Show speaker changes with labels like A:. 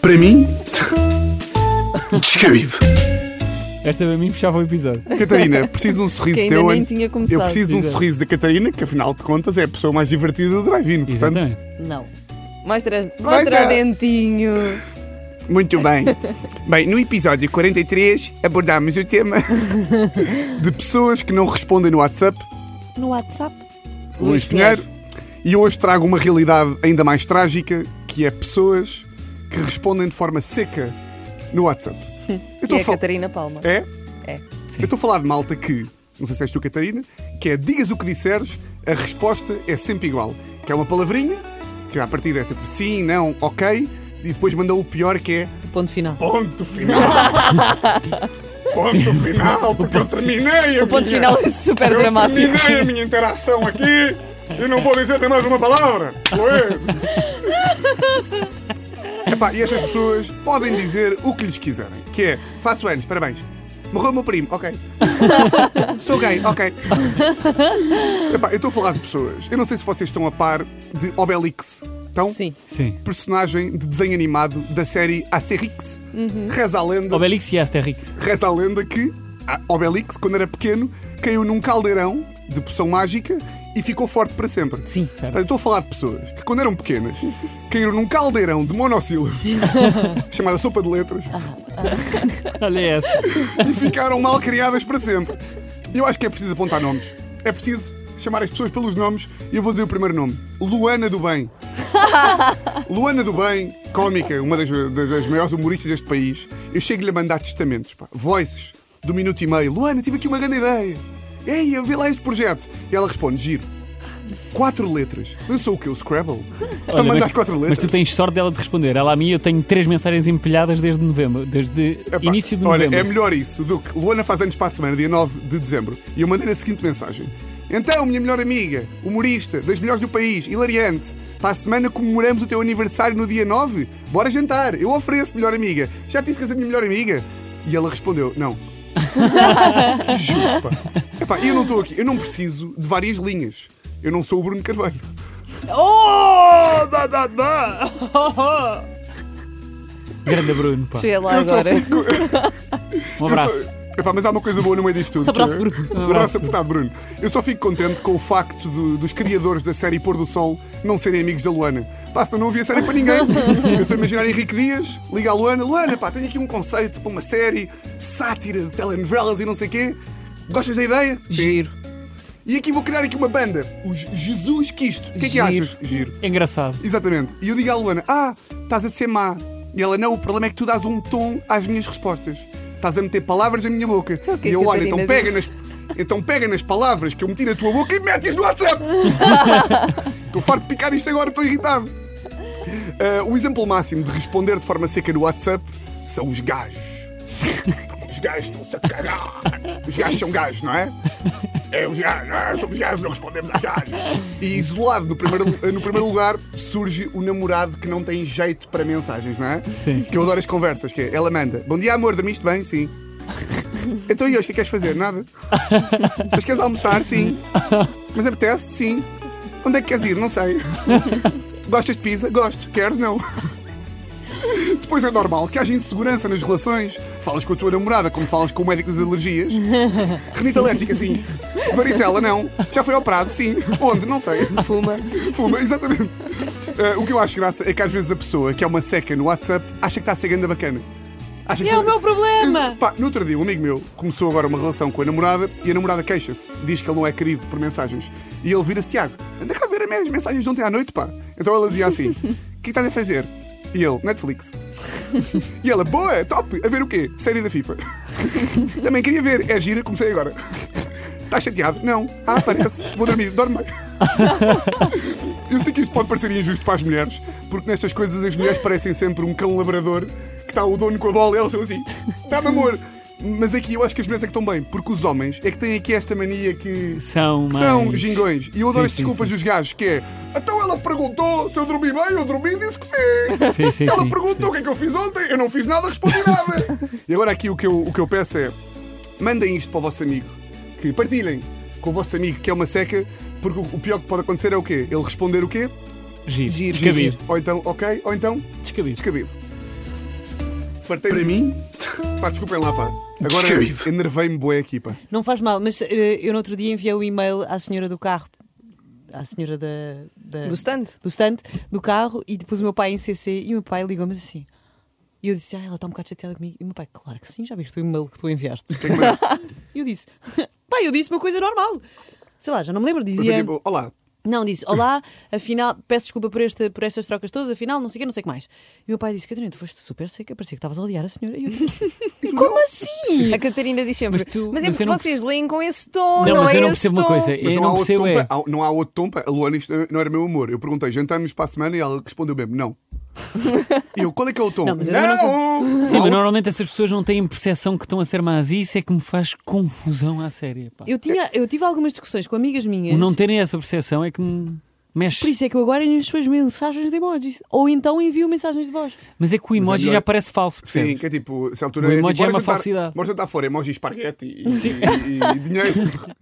A: Para mim, descabido.
B: Esta para mim fechava o episódio.
C: Catarina, preciso de um sorriso
D: Que ainda
C: teu.
D: nem
C: antes-
D: tinha
C: Eu
D: começado.
C: preciso de um
B: Exato.
C: sorriso da Catarina, que afinal de contas é a pessoa mais divertida do drive-in. Portanto,
B: Exatamente.
D: Não. Mostra, mostra
C: dar.
D: o dentinho.
C: muito bem. Bem, no episódio 43 abordámos o tema de pessoas que não respondem no WhatsApp.
D: No WhatsApp.
C: Luís Pinheiro. E hoje trago uma realidade ainda mais trágica, que é pessoas que respondem de forma seca no WhatsApp. Eu
D: Hum. E
C: estou a
D: é a
C: falar-
D: Catarina Palma.
C: É?
D: É.
C: Eu estou a falar de malta que, não sei se és tu, Catarina, que é digas o que disseres, a resposta é sempre igual. Que é uma palavrinha, que a partir é tipo sim, não, ok, e depois manda o pior que é
E: Ponto final.
C: ponto final. ponto final, porque eu terminei a
D: O ponto
C: minha-
D: final é super
C: eu
D: dramático.
C: terminei a minha interação aqui e não vou dizer mais uma palavra. Ué. Epá, e estas pessoas podem dizer o que lhes quiserem, que é faço anos, parabéns. Morreu o meu primo, ok. Sou gay, ok. Epá, eu estou a falar de pessoas. Eu não sei se vocês estão a par de Obelix. Então,
E: Sim.
B: Sim.
C: personagem de desenho animado da série Asterix. Reza a lenda
B: Obelix e Asterix.
C: Reza a lenda que a Obelix, quando era pequeno, caiu num caldeirão de poção mágica e ficou forte para sempre.
E: Sim.
C: Portanto, eu Estou a falar de pessoas que, quando eram pequenas, caíram num caldeirão de monossílabos, chamada sopa de letras,
B: Olha essa.
C: e ficaram mal criadas para sempre. Eu acho que é preciso apontar nomes. É preciso chamar as pessoas pelos nomes e eu vou dizer o primeiro nome: Luana do Bem. Luana do Bem, cómica, uma das, das- das maiores humoristas deste país. Eu chego-lhe a mandar testamentos, pá, voices do minuto e meio: Luana, tive aqui uma grande ideia. Ei, vê lá este projeto. E ela responde: giro. Quatro letras. Eu sou o quê? O Scrabble? Para
B: Olha,
C: mandar
B: mas,
C: as quatro
B: mas
C: letras.
B: tu tens sorte dela de responder. Ela a mim, eu tenho três mensagens empilhadas desde novembro. Desde
C: Epá,
B: início de
C: Olha,
B: novembro.
C: é melhor isso do que Luana faz anos para a semana, dia 9 de dezembro, e eu mandei a seguinte mensagem. Então, minha melhor amiga, humorista, das melhores do país, hilariante, para a semana comemoramos o teu aniversário no dia 9? Bora jantar, eu ofereço, melhor amiga. Já te disse que és a minha melhor amiga? E ela respondeu, não. Juro, pá. Epá, eu não estou aqui, eu não preciso de várias linhas. Eu não sou o Bruno Carvalho.
B: Oh! Bah, bah, bah. Grande Bruno, pá.
D: Cheguei lá
C: eu só
D: agora.
C: fico-
B: Um
C: Eu
B: abraço.
C: só- Epá, mas há uma coisa boa no meio disto tudo.
E: Abraço,
C: que-
E: Bruno.
C: Um abraço apertado, Bruno. Eu só fico contente com o facto do- dos criadores da série Pôr do Sol não serem amigos da Luana. Pá, senão não havia série para ninguém. Eu estou a imaginar Henrique Dias, liga à Luana. Luana, pá, tenho aqui um conceito para uma série sátira de telenovelas e não sei quê. Gostas da ideia?
E: Giro.
C: E aqui vou criar aqui uma banda. Os Jesus Quisto. O que é que
E: Giro.
C: achas? Giro.
B: Engraçado.
C: Exatamente. E eu digo à Luana: Ah, estás a ser má. E ela: Não, o problema é que tu dás um tom às minhas respostas. Estás a meter palavras na minha boca.
D: O que
C: e
D: é
C: eu,
D: que a
C: olha, então
D: Catarina
C: pega, nas,
D: diz?"
C: então pega nas palavras que eu meti na tua boca e mete-as no WhatsApp. estou farto de picar isto agora, estou irritado. Ah, o exemplo máximo de responder de forma seca no WhatsApp são os gajos. Os gajos estão-se a cagar. Os gajos são gajos, não é? É, os gajos, ah, somos gajos, não respondemos aos gajos. E isolado, no primeiro, no primeiro lugar, surge o namorado que não tem jeito para mensagens, não é?
B: Sim.
C: Que eu adoro as conversas, que é, ela manda, bom dia amor, dormiste bem? Sim. Então e hoje, o que é que queres fazer? Nada. Mas queres almoçar? Sim. Mas apetece? Sim. Onde é que queres ir? Não sei. Gostas de pizza? Gosto. Queres? Não. Depois é normal que haja insegurança nas relações. Falas com a tua namorada como falas com o médico das alergias. Renite alérgica, sim. Varicela, não. Já foi operado, sim. Onde? Não sei.
D: Fuma.
C: Fuma, exatamente. Ah, o que eu acho graça é que às vezes a pessoa que é uma seca no WhatsApp acha que está a ser ganda bacana. Acha
E: É o meu problema.
C: Pá, no outro dia, um amigo meu começou agora uma relação com a namorada e a namorada queixa-se. Diz que ele não é querido por mensagens. E ele vira-se, Tiago, anda cá ver as minhas mensagens de ontem à noite, pá. Então ela dizia assim: O que é que estás a fazer? E ele, Netflix. E ela, boa, top, a ver o quê? Série da FIFA. Também queria ver, é gira, comecei agora. Estás chateado? Não. Ah, parece. Vou dormir, dorme bem. Eu sei que isto pode parecer injusto para as mulheres, porque nestas coisas as mulheres parecem sempre um cão labrador que está o dono com a bola e elas são assim, dá-me amor. Mas aqui eu acho que as mulheres é que estão bem, porque os homens é que têm aqui esta mania que.
B: São
C: que
B: mais-
C: são gingões. E eu adoro
B: Sim,
C: as
B: sim,
C: desculpas
B: sim.
C: dos gajos, que é. Então ela perguntou se eu dormi bem, eu dormi e disse que sim.
B: Sim, sim,
C: ela
B: sim,
C: perguntou o que é que eu fiz ontem, eu não fiz nada, respondi nada. e agora aqui o que, eu, o que eu peço é: mandem isto para o vosso amigo, que partilhem com o vosso amigo que é uma seca, porque o o pior que pode acontecer é o quê? Ele responder o quê?
B: Giro.
E: Giro.
B: Descabido.
C: Ou então, ok, ou então,
B: descabido.
C: Descabido. Fartei Para mim? Pá, desculpem lá, pá. Agora
A: Descabido.
C: enervei-me bué aqui, pá.
E: Não faz mal, mas eh, eu no outro dia enviei um e-mail à senhora do carro, à senhora da, da-
D: Do stand?
E: do stand, do carro, e depois o meu pai em CC, e o meu pai ligou-me assim. E eu disse, ah, ela está um bocado chateada comigo. E o meu pai, claro que sim, já viste o e-mail que tu enviaste.
C: Que é que mandaste?
E: E eu disse, pai, eu disse uma coisa normal. Sei lá, já não me lembro,
C: Mas foi
E: dizia.
C: tipo, olá.
E: Não, disse, olá, afinal, peço desculpa por, este, por estas trocas todas, afinal, não sei o que, não sei o que mais. E o meu pai disse, Catarina, tu foste super seca, parecia que estavas a odiar a senhora. E eu disse, como assim?
D: A Catarina diz sempre,
B: Mas tu-
D: mas é
B: mas
D: porque
B: eu não
D: vocês leem com esse tom, não,
B: Não, mas
D: é
B: eu não
D: esse
B: percebo uma
D: tom.
B: coisa.
C: Mas
B: eu não
C: não, há outro
B: percebo,
C: tom,
B: é.
C: pa- há- não há outro tom. pa- A Luana, isto não era meu humor. Eu perguntei, jantamos para a semana e ela respondeu mesmo, não. E eu, qual é que é o tom?
E: Não, mas eu também não sei.
B: Sim, mas normalmente essas pessoas não têm percepção que estão a ser más. E isso é que me faz confusão à séria. Pá.
E: Eu, tinha, eu tive algumas discussões com amigas minhas.
B: O não terem essa percepção é que me mexe.
E: Por isso é que eu agora encho as mensagens de emojis. Ou então envio mensagens de voz.
B: Mas é que o
C: Mas é
B: emoji
C: melhor.
B: já parece falso, percebes?
C: Sim, que é tipo, se a altura
B: O
C: é tipo,
B: emoji é
C: bora
B: uma
C: jantar-
B: falsidade.
C: Bora jantar fora, emoji, esparguete e, e, e dinheiro.